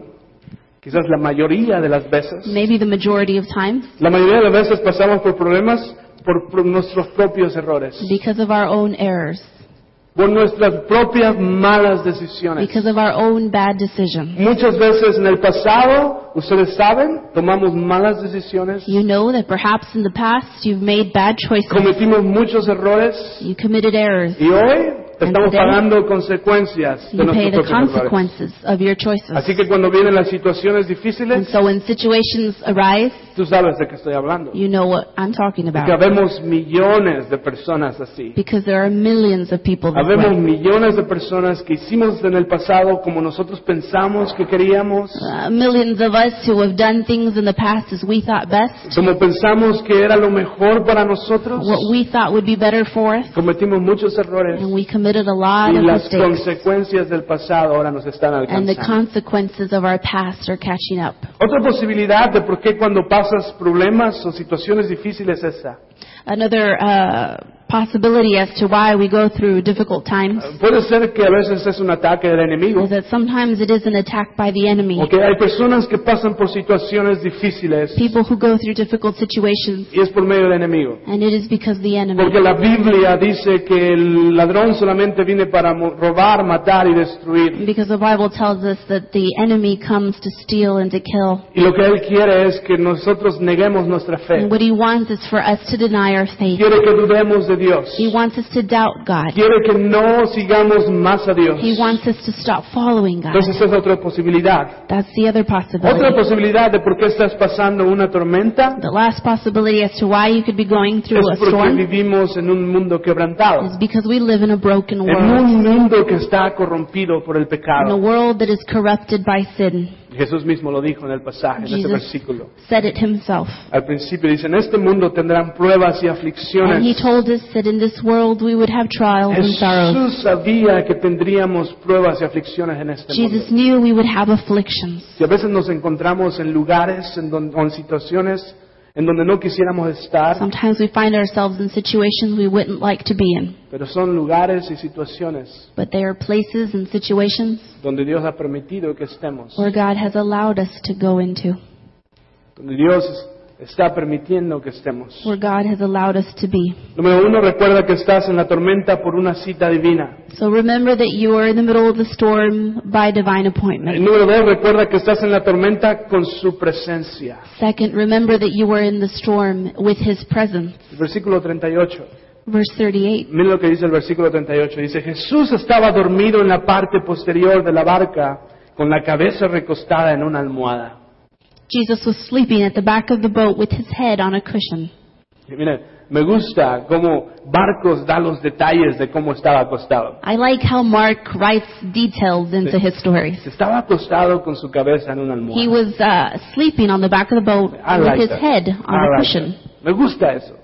S1: quizás la mayoría de las veces,
S2: maybe the majority of times,
S1: la mayoría de las veces pasamos por problemas por, por nuestros propios errores,
S2: because of our own errors,
S1: por nuestras propias malas decisiones.
S2: because of our own bad decisions.
S1: Muchas veces en el pasado, ustedes saben, tomamos malas decisiones,
S2: You know that perhaps in the past you've made bad choices,
S1: cometimos muchos errores
S2: you committed errors,
S1: y hoy estamos
S2: today,
S1: pagando consecuencias
S2: you
S1: de
S2: pay
S1: nuestros
S2: the
S1: propios errores.
S2: consequences of your
S1: Así
S2: choices.
S1: que cuando vienen las situaciones
S2: And
S1: difíciles,
S2: so when situations arise,
S1: tú sabes de qué estoy hablando.
S2: you know what I'm talking
S1: Porque
S2: about.
S1: habemos millones de personas así.
S2: Because there are millions of people that
S1: Habemos millones de personas que hicimos en el pasado como nosotros pensamos que queríamos,
S2: uh, millions of us who have done things in the past as we thought best,
S1: como pensamos que era lo mejor para nosotros.
S2: what we thought would be better for us,
S1: Cometimos muchos errores.
S2: and we committed a lot
S1: y
S2: of
S1: las
S2: mistakes.
S1: consecuencias del pasado ahora nos están
S2: And the
S1: alcanzando.
S2: consequences of our past are catching up.
S1: Otra posibilidad de por qué cuando pasas problemas o situaciones difíciles es esa.
S2: Another uh, possibility as to why we go through difficult times
S1: Puede ser que a veces es un ataque del enemigo
S2: is that sometimes it is an attack by the
S1: o
S2: enemy.
S1: que hay personas que pasan por situaciones difíciles
S2: People who go through difficult situations,
S1: y es por medio del enemigo.
S2: and it is because the enemy.
S1: Porque la Biblia dice que el ladrón solamente viene para mo- robar, matar y destruir.
S2: Because the Bible tells us that the enemy comes to steal and to kill.
S1: Y lo que él quiere es que nosotros neguemos nuestra fe.
S2: And what he wants is for us to deny our faith.
S1: Quiere que dudemos de Dios.
S2: He wants us to doubt God.
S1: Quiere que no sigamos más a Dios.
S2: He wants us to stop following God.
S1: Entonces esa es otra posibilidad.
S2: That's the other
S1: Otra
S2: possibility.
S1: posibilidad de por qué estás pasando una tormenta
S2: The last possibility as to why you could be going through a
S1: es porque
S2: storm
S1: vivimos en un mundo
S2: is
S1: quebrantado,
S2: because we live in a broken
S1: en
S2: world,
S1: un mundo que está corrompido por el
S2: in a
S1: pecado.
S2: world that is corrupted by sin.
S1: Jesús mismo lo dijo en el pasaje, en ese
S2: Jesus
S1: versículo.
S2: said it himself.
S1: Al principio dice, en este mundo tendrán pruebas y
S2: And he
S1: aflicciones.
S2: told us that in this world we would have trials and sorrows.
S1: Jesús sabía que tendríamos pruebas y aflicciones en este
S2: Jesus
S1: mundo.
S2: knew we would have afflictions.
S1: Si a veces nos encontramos en lugares en don- o en situaciones en donde no quisiéramos estar,
S2: Sometimes we find ourselves in situations we wouldn't like to be in,
S1: pero son lugares y situaciones
S2: but there are places and situations
S1: donde Dios ha permitido que estemos,
S2: where God has allowed us to go into,
S1: donde Dios está permitiendo que estemos.
S2: where God has allowed us to be.
S1: Número uno, recuerda que estás en la tormenta por una cita divina.
S2: So remember that you are in the middle of the storm by divine
S1: El
S2: appointment.
S1: número dos, recuerda que estás en la tormenta con su presencia.
S2: Second, remember that you were in the storm with His presence.
S1: El versículo 38.
S2: Verse 38.
S1: Miren lo que dice el versículo 38. Dice, Jesús estaba dormido en la parte posterior de la barca, con la cabeza recostada en una almohada.
S2: Jesus was sleeping at the back of the boat with his head on a cushion.
S1: Y miren, me gusta cómo Barcos da los detalles de cómo estaba acostado.
S2: I like how Mark writes details into his stories.
S1: Estaba acostado con su cabeza en una
S2: He
S1: almohada.
S2: was uh, sleeping on the back of the boat
S1: I
S2: with
S1: like
S2: his
S1: that.
S2: head on
S1: I
S2: a
S1: like
S2: cushion.
S1: that. Me gusta eso.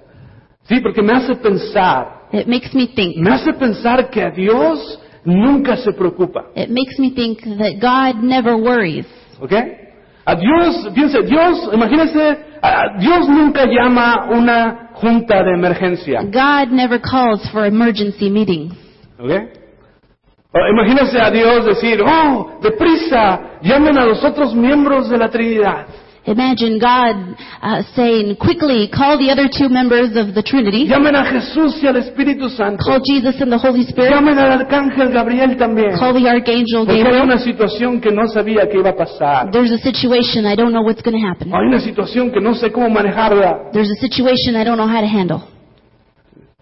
S1: Sí, porque me hace pensar,
S2: It makes me think.
S1: me hace pensar que a Dios nunca se preocupa.
S2: It makes me think that God never worries.
S1: ¿Ok? A Dios, piense, Dios, imagínense, a- a Dios nunca llama una junta de emergencia.
S2: God never calls for emergency meetings.
S1: ¿Ok? O Imagínense a Dios decir, oh, deprisa, llamen a los otros miembros de la Trinidad.
S2: Imagine God uh, saying, quickly, call the other two members of the Trinity.
S1: Llamen a Jesús y al Espíritu Santo.
S2: Call Jesus and the Holy Spirit.
S1: Llamen al Arcángel Gabriel también.
S2: Call the Archangel
S1: Porque hay
S2: Gabriel.
S1: una situación que no sabía que iba a pasar.
S2: There's a situation I don't know what's going to happen.
S1: Hay una situación que no sé cómo manejarla.
S2: There's a situation I don't know how to handle.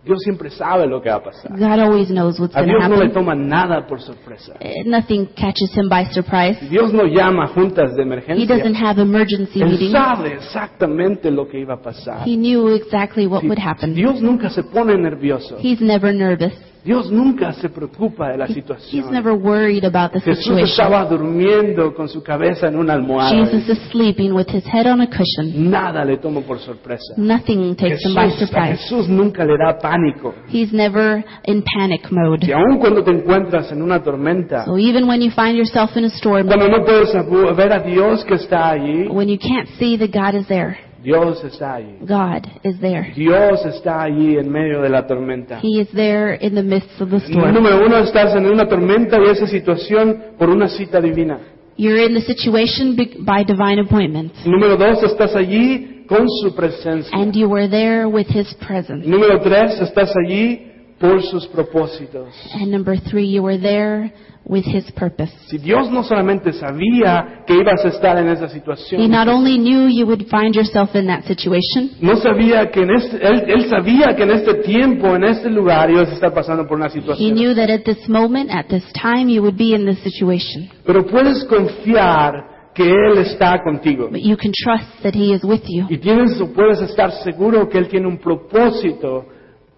S1: Dios siempre sabe lo que va a pasar.
S2: God always knows what's
S1: A
S2: going to
S1: Dios no le
S2: happen.
S1: toma nada por sorpresa.
S2: Uh, Nothing catches him by surprise.
S1: Dios no llama a juntas de
S2: He
S1: emergencia.
S2: doesn't have emergency
S1: Él
S2: meetings.
S1: sabe exactamente lo que iba a pasar.
S2: He knew exactly what would happen.
S1: Dios nunca se pone nervioso.
S2: He's never nervous.
S1: Dios nunca se preocupa de la
S2: He- He's
S1: situación.
S2: never worried about the
S1: Jesús
S2: situation.
S1: estaba durmiendo con su cabeza en una almohada.
S2: Jesus is sleeping with his head on a cushion.
S1: Nada le tomó por sorpresa.
S2: Nothing takes him by
S1: Jesús, a
S2: surprise.
S1: Jesús nunca le da pánico.
S2: He's never in panic mode.
S1: Y aun cuando te encuentras en una tormenta,
S2: So even when you find yourself in a storm,
S1: cuando no puedes abu- ver a Dios que está allí,
S2: when you can't see that God is there,
S1: Dios está allí.
S2: God is there.
S1: Dios está allí en medio de la tormenta.
S2: He is there in the midst of the storm.
S1: Número uno, estás en una tormenta y esa situación por una cita divina.
S2: You're in the situation be- by divine appointment,
S1: Número dos, estás allí con su presencia.
S2: and you were there with his presence.
S1: Número tres, estás allí por sus propósitos.
S2: And number three, you were there with His purpose.
S1: Si Dios no solamente sabía que ibas a estar en esa
S2: He
S1: situación,
S2: not only knew you would find yourself in that situation,
S1: no sabía que en este, él, él sabía que en este tiempo, en este lugar, ibas a estar pasando por una
S2: He
S1: situación.
S2: knew that at this moment, at this time, you would be in this situation.
S1: Pero puedes confiar que Él está contigo.
S2: But you can trust that He is with you.
S1: Y tienes, o puedes estar seguro que Él tiene un propósito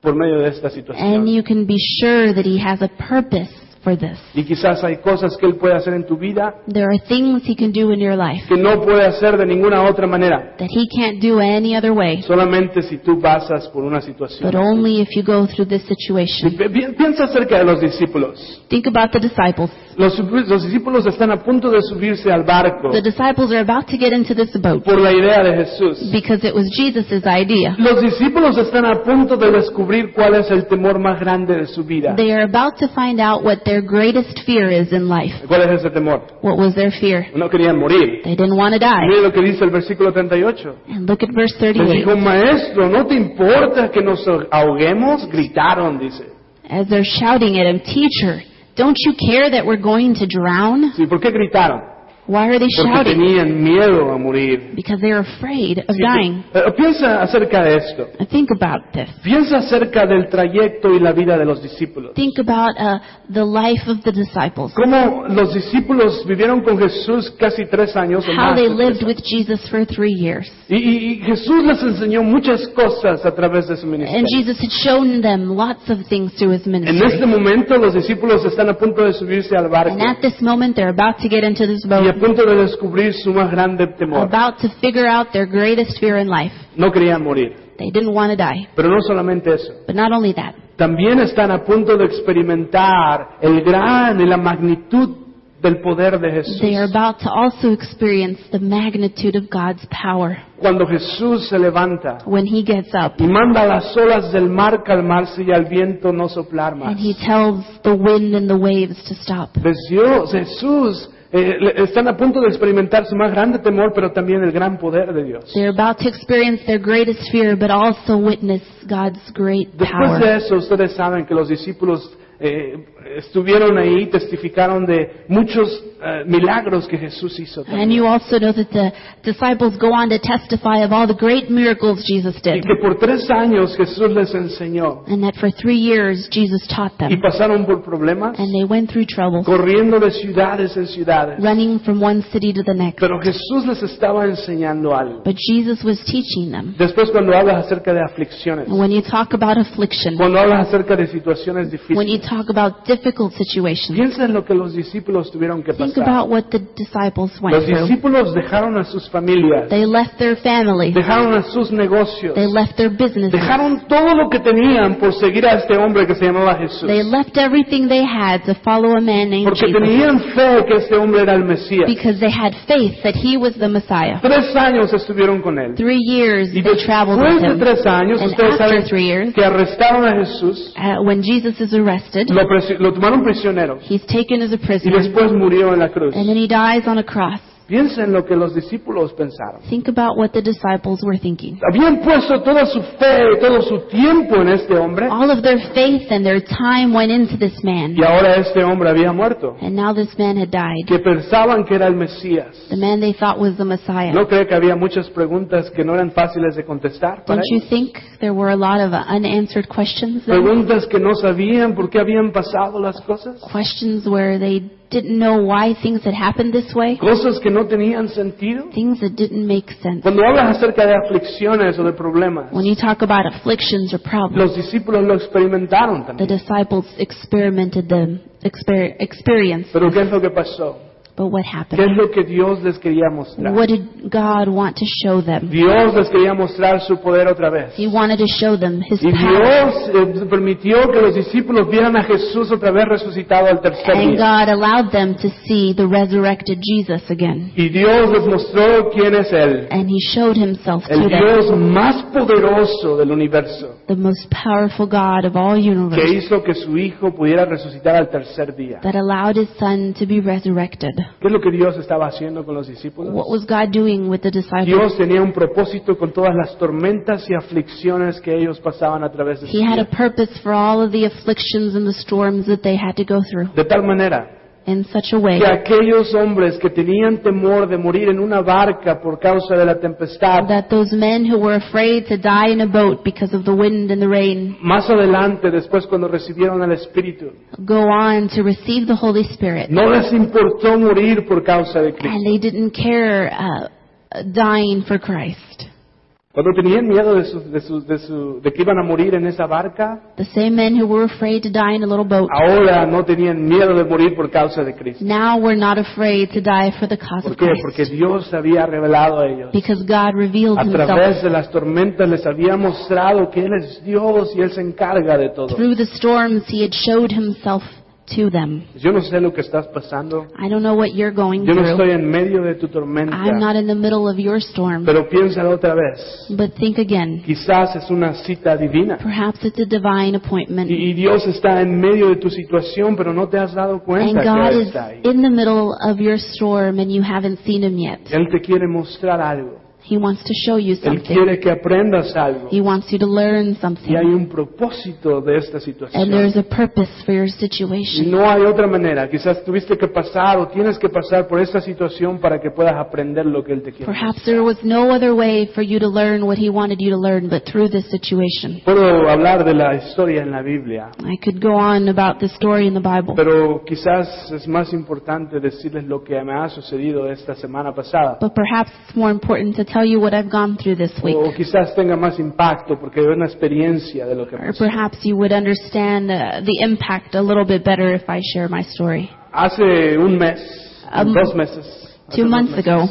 S1: por medio de esta situación.
S2: And you can be sure that He has a purpose for this.
S1: Y quizás hay cosas que Él puede hacer en tu vida
S2: There are things He can do in your life
S1: que no puede hacer de ninguna otra manera,
S2: that He can't do any other way,
S1: solamente si tú pasas por una
S2: but
S1: situación.
S2: only if you go through this
S1: Y
S2: situation.
S1: pi- pi- Piensa acerca de los discípulos.
S2: Think about the disciples.
S1: Los, sub- los discípulos están a punto de subirse al barco
S2: The disciples are about to get into this boat
S1: por la idea de Jesús.
S2: because it was Jesus' idea.
S1: Los discípulos están a punto de descubrir cuál es el temor más grande de su vida.
S2: They are about to find out what their greatest fear is in life.
S1: ¿Cuál es ese temor?
S2: What was their fear?
S1: No querían morir.
S2: They didn't want to die.
S1: Mira lo que dice el versículo 38.
S2: And look at verse
S1: Les
S2: 38.
S1: dijo, maestro, ¿no te importa que nos ahoguemos? Gritaron, dice.
S2: As they're shouting at him, Teacher, don't you care that we're going to drown?
S1: ¿Sí? ¿Por qué gritaron?
S2: Why are they
S1: porque
S2: shouting?
S1: tenían miedo a morir.
S2: Because they're afraid of
S1: Sí,
S2: dying.
S1: pero piensa acerca de esto.
S2: And Think about this.
S1: Piensa acerca del trayecto y la vida de los discípulos.
S2: Think about uh, the life of the disciples.
S1: Cómo los discípulos vivieron con Jesús casi tres años o
S2: How
S1: más.
S2: they
S1: de tres
S2: lived
S1: años.
S2: with Jesus for three years.
S1: Y, y- y Jesús les enseñó muchas cosas a través de su
S2: And
S1: ministerio.
S2: Jesus had shown them lots of things through his
S1: En este
S2: ministry.
S1: momento los discípulos están a punto de subirse al barco
S2: And at this moment, they're about to get into this
S1: y
S2: boat,
S1: a punto de descubrir su más grande temor.
S2: about to figure out their greatest fear in life.
S1: No querían morir.
S2: They didn't want to die.
S1: Pero no solamente eso.
S2: But not only that,
S1: También están a punto de experimentar el gran y la magnitud del poder de
S2: they are
S1: Jesús.
S2: about to also experience the magnitude of God's power
S1: Cuando Jesús se levanta
S2: when he gets up
S1: y manda las olas del mar calmarse y al viento no soplar más.
S2: and he tells the wind and the waves to stop.
S1: Pues Dios, Jesús, eh, le- están a punto de experimentar su más grande temor, pero también el gran poder de Dios.
S2: They're about to experience their greatest fear, but also witness God's great
S1: Después de
S2: power.
S1: eso, ustedes saben que los discípulos eh, estuvieron ahí, testificaron de muchos eh, milagros que Jesús hizo. también.
S2: And you also know that the disciples go on to testify of all the great miracles Jesus
S1: Y
S2: did,
S1: que por tres años Jesús les enseñó.
S2: and that for three years Jesus taught
S1: Y
S2: them,
S1: pasaron por problemas,
S2: and they went through trouble,
S1: corriendo de ciudades en ciudades.
S2: running from one city to the next.
S1: Pero Jesús les estaba enseñando algo.
S2: But Jesus was teaching them.
S1: Después cuando hablas acerca de aflicciones,
S2: And when you talk about affliction,
S1: cuando hablas acerca de situaciones
S2: when you
S1: difíciles,
S2: talk about difficult situations,
S1: piensa en lo que los discípulos tuvieron que
S2: think
S1: pasar.
S2: about what the disciples went
S1: Los
S2: through.
S1: discípulos dejaron a sus familias,
S2: They left their family,
S1: dejaron a sus negocios,
S2: they left their business,
S1: dejaron todo lo que tenían por seguir a este hombre que se llamaba Jesús.
S2: they left everything they had to follow a man named
S1: Porque
S2: Jesus
S1: tenían fe que este hombre era el Mesías.
S2: because they had faith that he was the Messiah.
S1: Tres años estuvieron con él.
S2: Three years
S1: Y
S2: they traveled
S1: después
S2: with
S1: de
S2: him.
S1: tres años,
S2: And
S1: ustedes
S2: after three
S1: saben
S2: years,
S1: que arrestaron a Jesús,
S2: uh, when Jesus is arrested,
S1: lo, presi- lo tomaron prisionero
S2: he's taken as a
S1: y
S2: prisoner,
S1: después murió en la cruz.
S2: and then he dies on a cross.
S1: Piensa en lo que los discípulos pensaron.
S2: Think about what the disciples were thinking.
S1: habían puesto toda su fe, todo su tiempo en este hombre
S2: All of their faith and their time went into this man,
S1: y ahora este hombre había muerto,
S2: and now this man had died.
S1: que pensaban que era el Mesías.
S2: The man they thought was the Messiah.
S1: ¿No cree que había muchas preguntas que no eran fáciles de contestar? para
S2: Don't you
S1: ellos?
S2: think there were a lot of uh, unanswered questions? there?
S1: Preguntas que no sabían por qué habían pasado las cosas,
S2: Questions where they didn't know why things had happened this way,
S1: cosas que no tenían sentido.
S2: things that didn't make sense.
S1: Cuando hablas acerca de aflicciones o de problemas,
S2: When you talk about afflictions or problems,
S1: los discípulos lo experimentaron
S2: the
S1: también.
S2: disciples experimented them, exper- experienced.
S1: Pero ¿qué es lo que pasó?
S2: But what
S1: ¿Qué es
S2: happened?
S1: lo que Dios les quería mostrar?
S2: What did God want to show them?
S1: Dios les quería mostrar su poder otra vez.
S2: He wanted to show them His
S1: Y
S2: power.
S1: Dios eh, permitió que los discípulos vieran a Jesús otra vez resucitado al tercer
S2: And
S1: día.
S2: God allowed them to see the resurrected Jesus again.
S1: Y Dios les mostró quién es Él,
S2: And He showed Himself to
S1: el
S2: them,
S1: Dios más poderoso del universo,
S2: the most powerful God of all
S1: que
S2: universe.
S1: hizo que su Hijo pudiera resucitar al tercer día.
S2: that allowed his son to be resurrected.
S1: ¿Qué es lo que Dios estaba haciendo con los
S2: What
S1: discípulos?
S2: was God doing with the disciples?
S1: Dios tenía un propósito con todas las tormentas y aflicciones que ellos pasaban a través de su
S2: He had
S1: vida.
S2: a purpose for all of the afflictions and the storms that they had to go through
S1: De tal manera
S2: in such a way
S1: que aquellos hombres que tenían temor de morir en una barca por causa de la tempestad,
S2: that those men who were afraid to die in a boat because of the wind and the rain
S1: Más adelante, después cuando recibieron al Espíritu,
S2: go on to receive the Holy Spirit.
S1: no les importó morir por causa de Cristo.
S2: And they didn't care uh, dying for Christ.
S1: Cuando tenían miedo de, su- de su- de su- de que iban a morir en esa barca,
S2: The same men who were afraid to die in a little boat
S1: ahora no tenían miedo de morir por causa de Cristo.
S2: now were not afraid to die for the cause
S1: ¿Por
S2: of
S1: qué? Porque
S2: Christ
S1: Dios se había revelado a ellos.
S2: because God revealed
S1: A
S2: himself
S1: través de las tormentas les había mostrado que Él es Dios y Él se encarga de todo.
S2: Through the storms, he had showed himself to them.
S1: Yo no sé lo que estás pasando.
S2: I don't know what you're going
S1: Yo no
S2: through.
S1: estoy en medio de tu tormenta.
S2: I'm not in the middle of your storm.
S1: Pero piénsalo otra vez.
S2: But think again.
S1: Quizás es una cita divina.
S2: Perhaps it's a divine appointment.
S1: Y, y Dios está en medio de tu situación, pero no te has dado
S2: And
S1: cuenta
S2: God
S1: que Él
S2: is
S1: está ahí.
S2: in the middle of your storm and you haven't seen him yet.
S1: Él te quiere mostrar algo.
S2: He wants to show you
S1: Él
S2: something.
S1: quiere que aprendas algo.
S2: He wants you to learn
S1: Y hay
S2: something.
S1: un propósito de esta
S2: And there's
S1: situación.
S2: a purpose for your
S1: Y
S2: situation.
S1: no hay otra manera. Quizás tuviste que pasar o tienes que pasar por esta situación para que puedas aprender lo que Él te quiere.
S2: Perhaps there was no other way for you to learn what He wanted you to learn but through this situation.
S1: Puedo hablar de la historia en la Biblia,
S2: I could go on about this story in the Bible,
S1: pero quizás es más importante decirles lo que me ha sucedido esta semana pasada.
S2: but perhaps it's more important to tell you what I've gone through this
S1: O
S2: week.
S1: quizás tenga más impacto porque es una experiencia de lo que
S2: Or
S1: pasó.
S2: perhaps you would understand uh, the impact a little bit better if I share my story.
S1: Hace un mes,
S2: Um,
S1: dos meses, hace
S2: Two
S1: dos
S2: months
S1: meses,
S2: ago,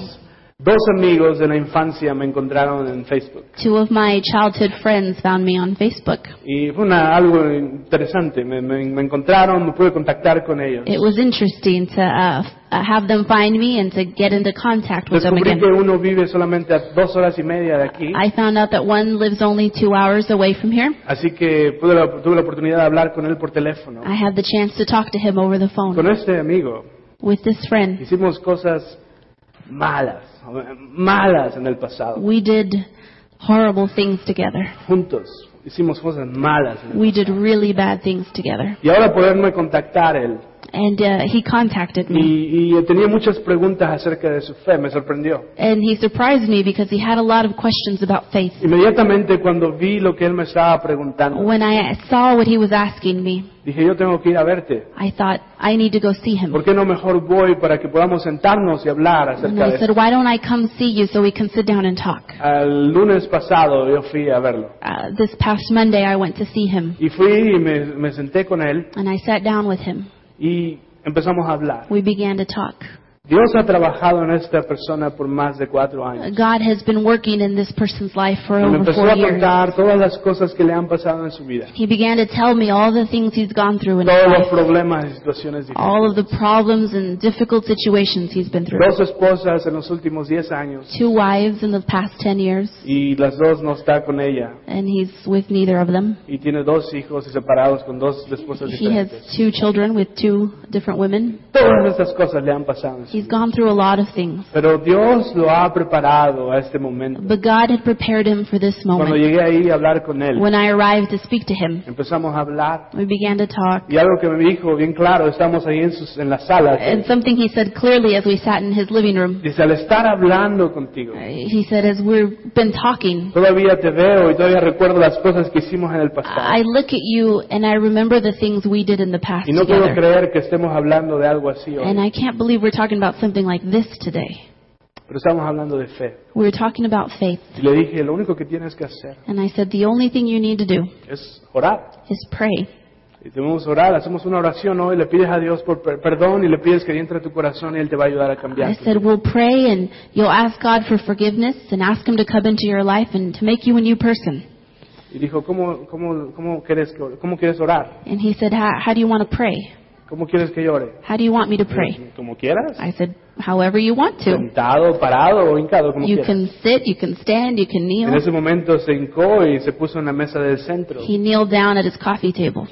S1: dos amigos de la infancia me encontraron en Facebook.
S2: two of my childhood friends found me on Facebook.
S1: Y fue una- algo interesante. Me, me- me encontraron, me pude contactar con ellos.
S2: It was interesting to uh, f- uh, have them find me and to get into contact with them
S1: Descubrí
S2: again.
S1: que uno vive solamente a dos horas y media de aquí.
S2: I found out that one lives only two hours away from here.
S1: Así que pude la- tuve la oportunidad de hablar con él por teléfono.
S2: I had the chance to talk to him over the
S1: Con
S2: phone
S1: este amigo
S2: with this friend.
S1: hicimos cosas malas, malas en el pasado.
S2: We did horrible things together.
S1: Juntos hicimos cosas malas. en el-
S2: We did really bad things together.
S1: Y ahora poderme contactar él.
S2: And uh, he contacted me.
S1: Y, y tenía muchas preguntas acerca de su fe, me sorprendió.
S2: And he surprised me because he had a lot of questions about faith.
S1: Inmediatamente cuando vi lo que él me estaba preguntando,
S2: When I saw what he was asking me,
S1: dije, yo tengo que ir a verte.
S2: I thought, I need to go see him.
S1: ¿Por qué no mejor voy para que podamos sentarnos y hablar
S2: And
S1: acerca de
S2: I said,
S1: eso?
S2: why don't I come see you so we can sit down and talk?
S1: Al lunes pasado yo fui a verlo.
S2: Uh, this past Monday, I went to see him.
S1: Y fui y me, me senté con él
S2: And I sat down with him.
S1: y empezamos a hablar.
S2: We began to talk.
S1: Dios ha trabajado en esta persona por más de cuatro años.
S2: God has been working in this person's life for
S1: Y me
S2: over
S1: empezó
S2: four
S1: a
S2: years.
S1: contar todas las cosas que le han pasado en su vida.
S2: He began to tell me all the things he's gone through in his
S1: Todos los
S2: life,
S1: problemas y situaciones difíciles.
S2: all of the problems and difficult situations he's been through.
S1: Dos esposas en los últimos diez años
S2: Two wives in the past 10 years,
S1: y las dos no está con ella.
S2: and he's with neither of them.
S1: Y tiene dos hijos y separados con dos esposas
S2: He has
S1: diferentes.
S2: two children with two different women.
S1: Todas estas cosas le han pasado. en su
S2: He's
S1: vida.
S2: gone through a lot of things,
S1: Pero Dios lo ha preparado a este momento.
S2: but God had prepared him for this
S1: Cuando
S2: moment.
S1: llegué ahí a hablar con él,
S2: When I arrived to speak to him,
S1: empezamos a hablar
S2: we began to talk.
S1: y algo que me dijo bien claro, estamos ahí en, sus- en la sala.
S2: And something he said clearly as we sat in his living room.
S1: Dice, al estar hablando contigo,
S2: He said, as we've been talking,
S1: todavía te veo y todavía recuerdo las cosas que hicimos en el pasado.
S2: I look at you and I remember the things we did in the past
S1: Y no puedo
S2: together.
S1: creer que estemos hablando de algo así hoy,
S2: And I can't believe we're talking about something like this today.
S1: pero estamos hablando de fe.
S2: We were talking about faith.
S1: Y le dije, lo único que tienes que hacer
S2: And I said, the only thing you need to do
S1: es orar.
S2: is pray.
S1: Y tenemos que orar, hacemos una oración hoy, le pides a Dios por per- perdón y le pides que entre a tu corazón y Él te va a ayudar a cambiar.
S2: I said, we'll pray and you'll ask God for forgiveness and ask Him to come into your life and to make you a new person.
S1: Y dijo, ¿cómo, cómo, cómo, quieres, que or- ¿cómo quieres orar?
S2: And he said, how, how do you want to pray?
S1: ¿Cómo quieres que llore?
S2: How do you want me to pray?
S1: Como quieras.
S2: I said, however you want to.
S1: Sentado, parado o hincado, como
S2: You
S1: quieras.
S2: can sit, you can stand, you can
S1: En
S2: kneel.
S1: ese momento se hincó y se puso en la mesa del centro.
S2: He kneeled down at his coffee table.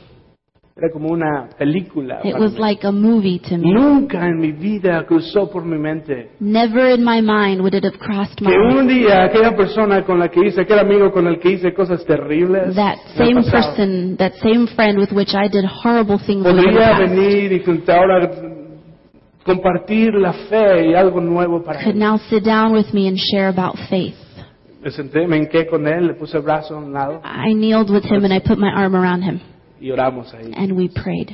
S1: Era como una película.
S2: It
S1: para
S2: was
S1: mí.
S2: like a movie to me.
S1: Nunca en mi vida cruzó por mi mente
S2: Never in my mind would it have crossed my
S1: que
S2: mind
S1: un día aquella persona con la que hice, aquel amigo con el que hice cosas terribles,
S2: that
S1: me han
S2: same
S1: pasado.
S2: person, that same friend with which I did horrible things with in the
S1: podría
S2: past,
S1: venir y junto- ahora compartir la fe y algo nuevo para
S2: could
S1: él.
S2: now sit down with me and share about faith.
S1: Me senté, me hinqué con él, le puse el brazo a un lado
S2: I kneeled with him and I put my arm around him
S1: y oramos ahí.
S2: and we prayed.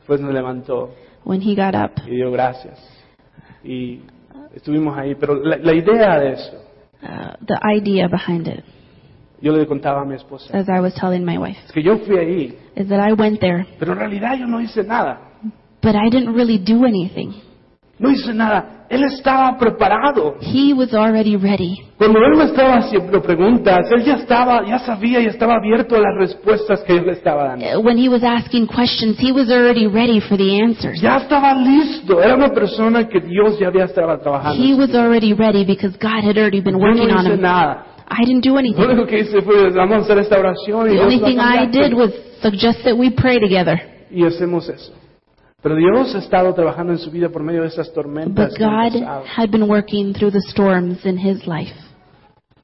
S1: Después nos levantó
S2: When he got up,
S1: y dio gracias. Y estuvimos ahí. Pero la, la idea de eso,
S2: uh, the idea behind it,
S1: yo le contaba a mi esposa,
S2: as I was telling my wife,
S1: es que yo fui ahí,
S2: is that I went there,
S1: pero en realidad yo no hice nada.
S2: but I didn't really do anything.
S1: No hice nada. Él estaba preparado.
S2: He was already ready.
S1: Cuando él me estaba haciendo preguntas, él ya estaba, ya sabía y estaba abierto a las respuestas que yo le estaba dando.
S2: Uh, When he was asking questions, he was already ready for the answers.
S1: Ya estaba listo. Era una persona que Dios ya había estaba trabajando.
S2: He was already ready because God had already
S1: Yo
S2: been
S1: no
S2: working on
S1: hice
S2: him.
S1: nada.
S2: I didn't do
S1: Lo
S2: anything.
S1: único que hice fue vamos a hacer esta oración y
S2: The
S1: Dios
S2: only
S1: va a
S2: thing I
S1: cambiar.
S2: did was suggest that we pray together.
S1: y hacemos eso. Pero Dios ha estado trabajando en su vida por medio de esas tormentas.
S2: But
S1: que han
S2: God
S1: pasado.
S2: had been working through the storms in his life.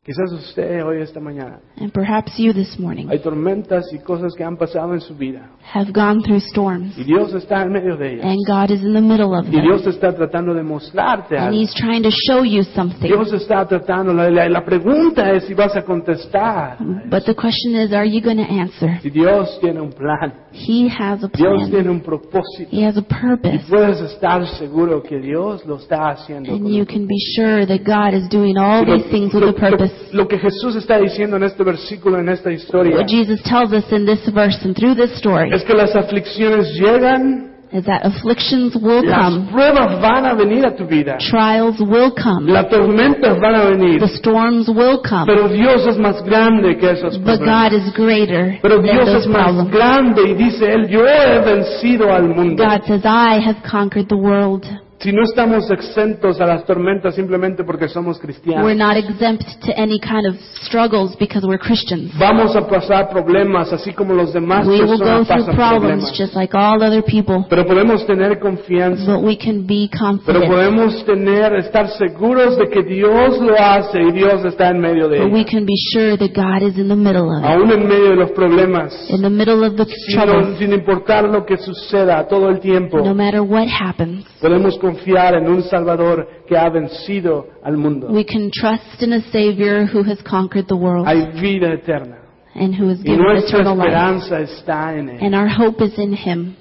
S1: Quizás usted hoy, esta mañana,
S2: and perhaps you this morning
S1: hay tormentas y cosas que han pasado en su vida.
S2: have gone through storms,
S1: Y Dios está en medio de ellas.
S2: and God is in the middle of
S1: Y
S2: them,
S1: Dios está tratando de mostrarte
S2: and
S1: algo.
S2: He's trying to show you something.
S1: Dios está tratando. La, la- la pregunta es si vas a contestar.
S2: But the question is, are you going to answer?
S1: Si Dios tiene un plan.
S2: He has a
S1: Dios
S2: plan.
S1: tiene un propósito.
S2: He has a
S1: Y
S2: purpose,
S1: puedes estar seguro que Dios lo está haciendo. con
S2: and you can be sure that God is doing all
S1: Lo-
S2: these things with
S1: lo-
S2: a purpose.
S1: lo- lo que Jesús está diciendo en este versículo, en esta historia,
S2: What Jesus tells us in this verse and through this story
S1: es que las aflicciones llegan,
S2: is that afflictions will
S1: las
S2: come,
S1: pruebas van a venir a tu vida,
S2: trials will come,
S1: las tormentas van a venir,
S2: the storms will come,
S1: pero Dios es más grande que esas
S2: but
S1: pruebas.
S2: God is greater
S1: Pero
S2: than
S1: Dios
S2: those
S1: es más
S2: problems.
S1: grande y dice Él, yo he vencido al mundo.
S2: God says, I have conquered the world.
S1: Si no estamos exentos a las tormentas simplemente porque somos cristianos,
S2: We're not exempt to any kind of struggles because we're Christians.
S1: vamos a pasar problemas así como los demás
S2: We will go
S1: personas pasan
S2: through problems
S1: problemas.
S2: just like all other people,
S1: Pero podemos tener confianza
S2: but we can be
S1: Pero
S2: confident.
S1: podemos tener, estar seguros de que Dios lo hace y Dios está en medio de
S2: But
S1: ello.
S2: we can be sure that God is in the middle of
S1: Aún en medio de los problemas,
S2: it, in the middle of the
S1: sin,
S2: troubles,
S1: sin importar lo que suceda todo el
S2: no
S1: tiempo,
S2: matter what happens.
S1: podemos confiar en un Salvador que ha vencido al mundo.
S2: We can trust in a Savior who has conquered the world
S1: Hay vida eterna
S2: and who has
S1: y
S2: given
S1: nuestra
S2: eternal life.
S1: esperanza está en Él.
S2: And our hope is in Him.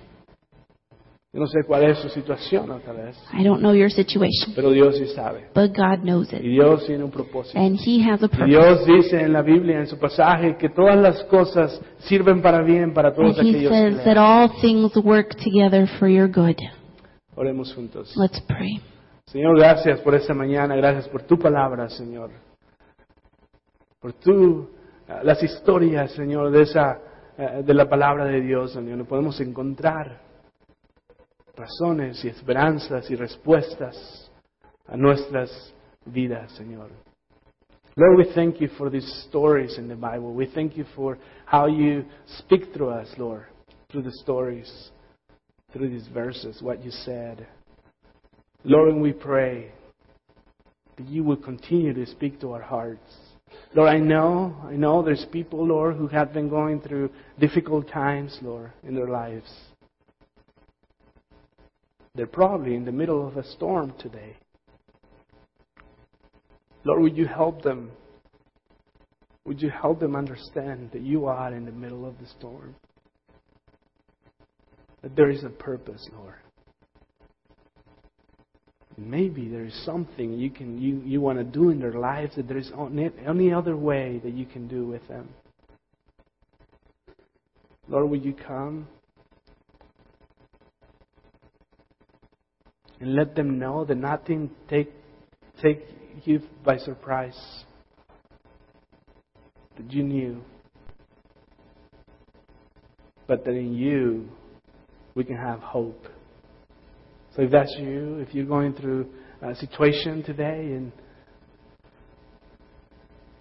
S1: Yo no sé cuál es su situación otra vez,
S2: I don't know your situation,
S1: pero Dios sí sabe.
S2: but God knows
S1: Y
S2: it.
S1: Dios tiene un propósito.
S2: And He has a
S1: Y
S2: purpose.
S1: Dios dice en la Biblia, en su pasaje, que todas las cosas sirven para bien para
S2: And
S1: todos
S2: He
S1: aquellos que
S2: says
S1: le
S2: that all things work together for your good.
S1: Oremos juntos.
S2: Let's pray.
S1: Señor, gracias por esta mañana, gracias por tu palabra, Señor. Por tu, eh, las historias, Señor, de, esa, eh, de la palabra de Dios, Señor. Nos podemos encontrar razones y esperanzas y respuestas a nuestras vidas, Señor. Lord, we thank you for these stories in the Bible. We thank you for how you speak through us, Lord, through the stories, through these verses, what you said. Lord, we pray that you will continue to speak to our hearts. Lord, I know, I know there's people, Lord, who have been going through difficult times, Lord, in their lives. They're probably in the middle of a storm today. Lord, would you help them? Would you help them understand that you are in the middle of the storm? That there is a purpose, Lord. Maybe there is something you can you, you want to do in their lives that there is on- any other way that you can do with them. Lord, will you come and let them know that nothing take take you by surprise. That you knew, but that in you we can have hope. So if that's you, if you're going through a situation today and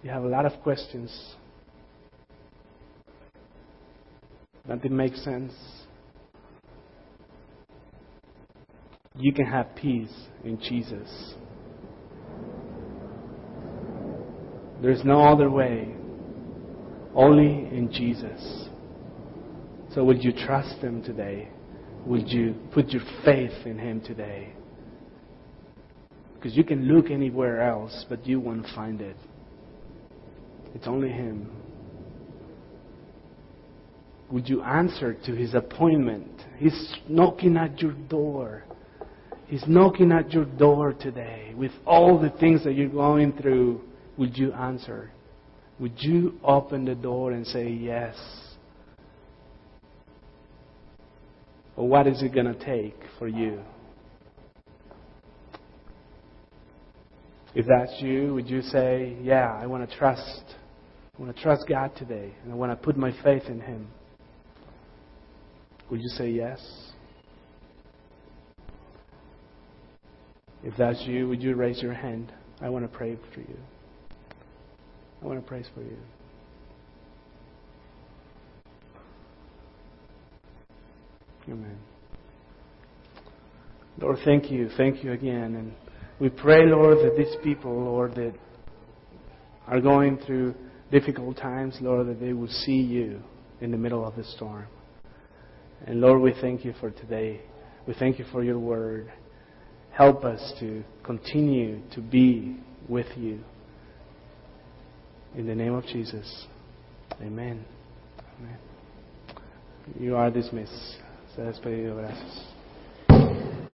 S1: you have a lot of questions, nothing makes sense, you can have peace in Jesus. There's no other way, only in Jesus. So would you trust Him today? Would you put your faith in Him today? Because you can look anywhere else, but you won't find it. It's only Him. Would you answer to His appointment? He's knocking at your door. He's knocking at your door today with all the things that you're going through. Would you answer? Would you open the door and say yes? Or what is it going to take for you? If that's you, would you say, Yeah, I want to trust. I want to trust God today, and I want to put my faith in Him? Would you say yes? If that's you, would you raise your hand? I want to pray for you. I want to pray for you. Amen. Lord, thank you. Thank you again. And we pray, Lord, that these people, Lord, that are going through difficult times, Lord, that they will see you in the middle of the storm. And Lord, we thank you for today. We thank you for your word. Help us to continue to be with you. In the name of Jesus. Amen. Amen. You are dismissed. Se ha despedido. Gracias.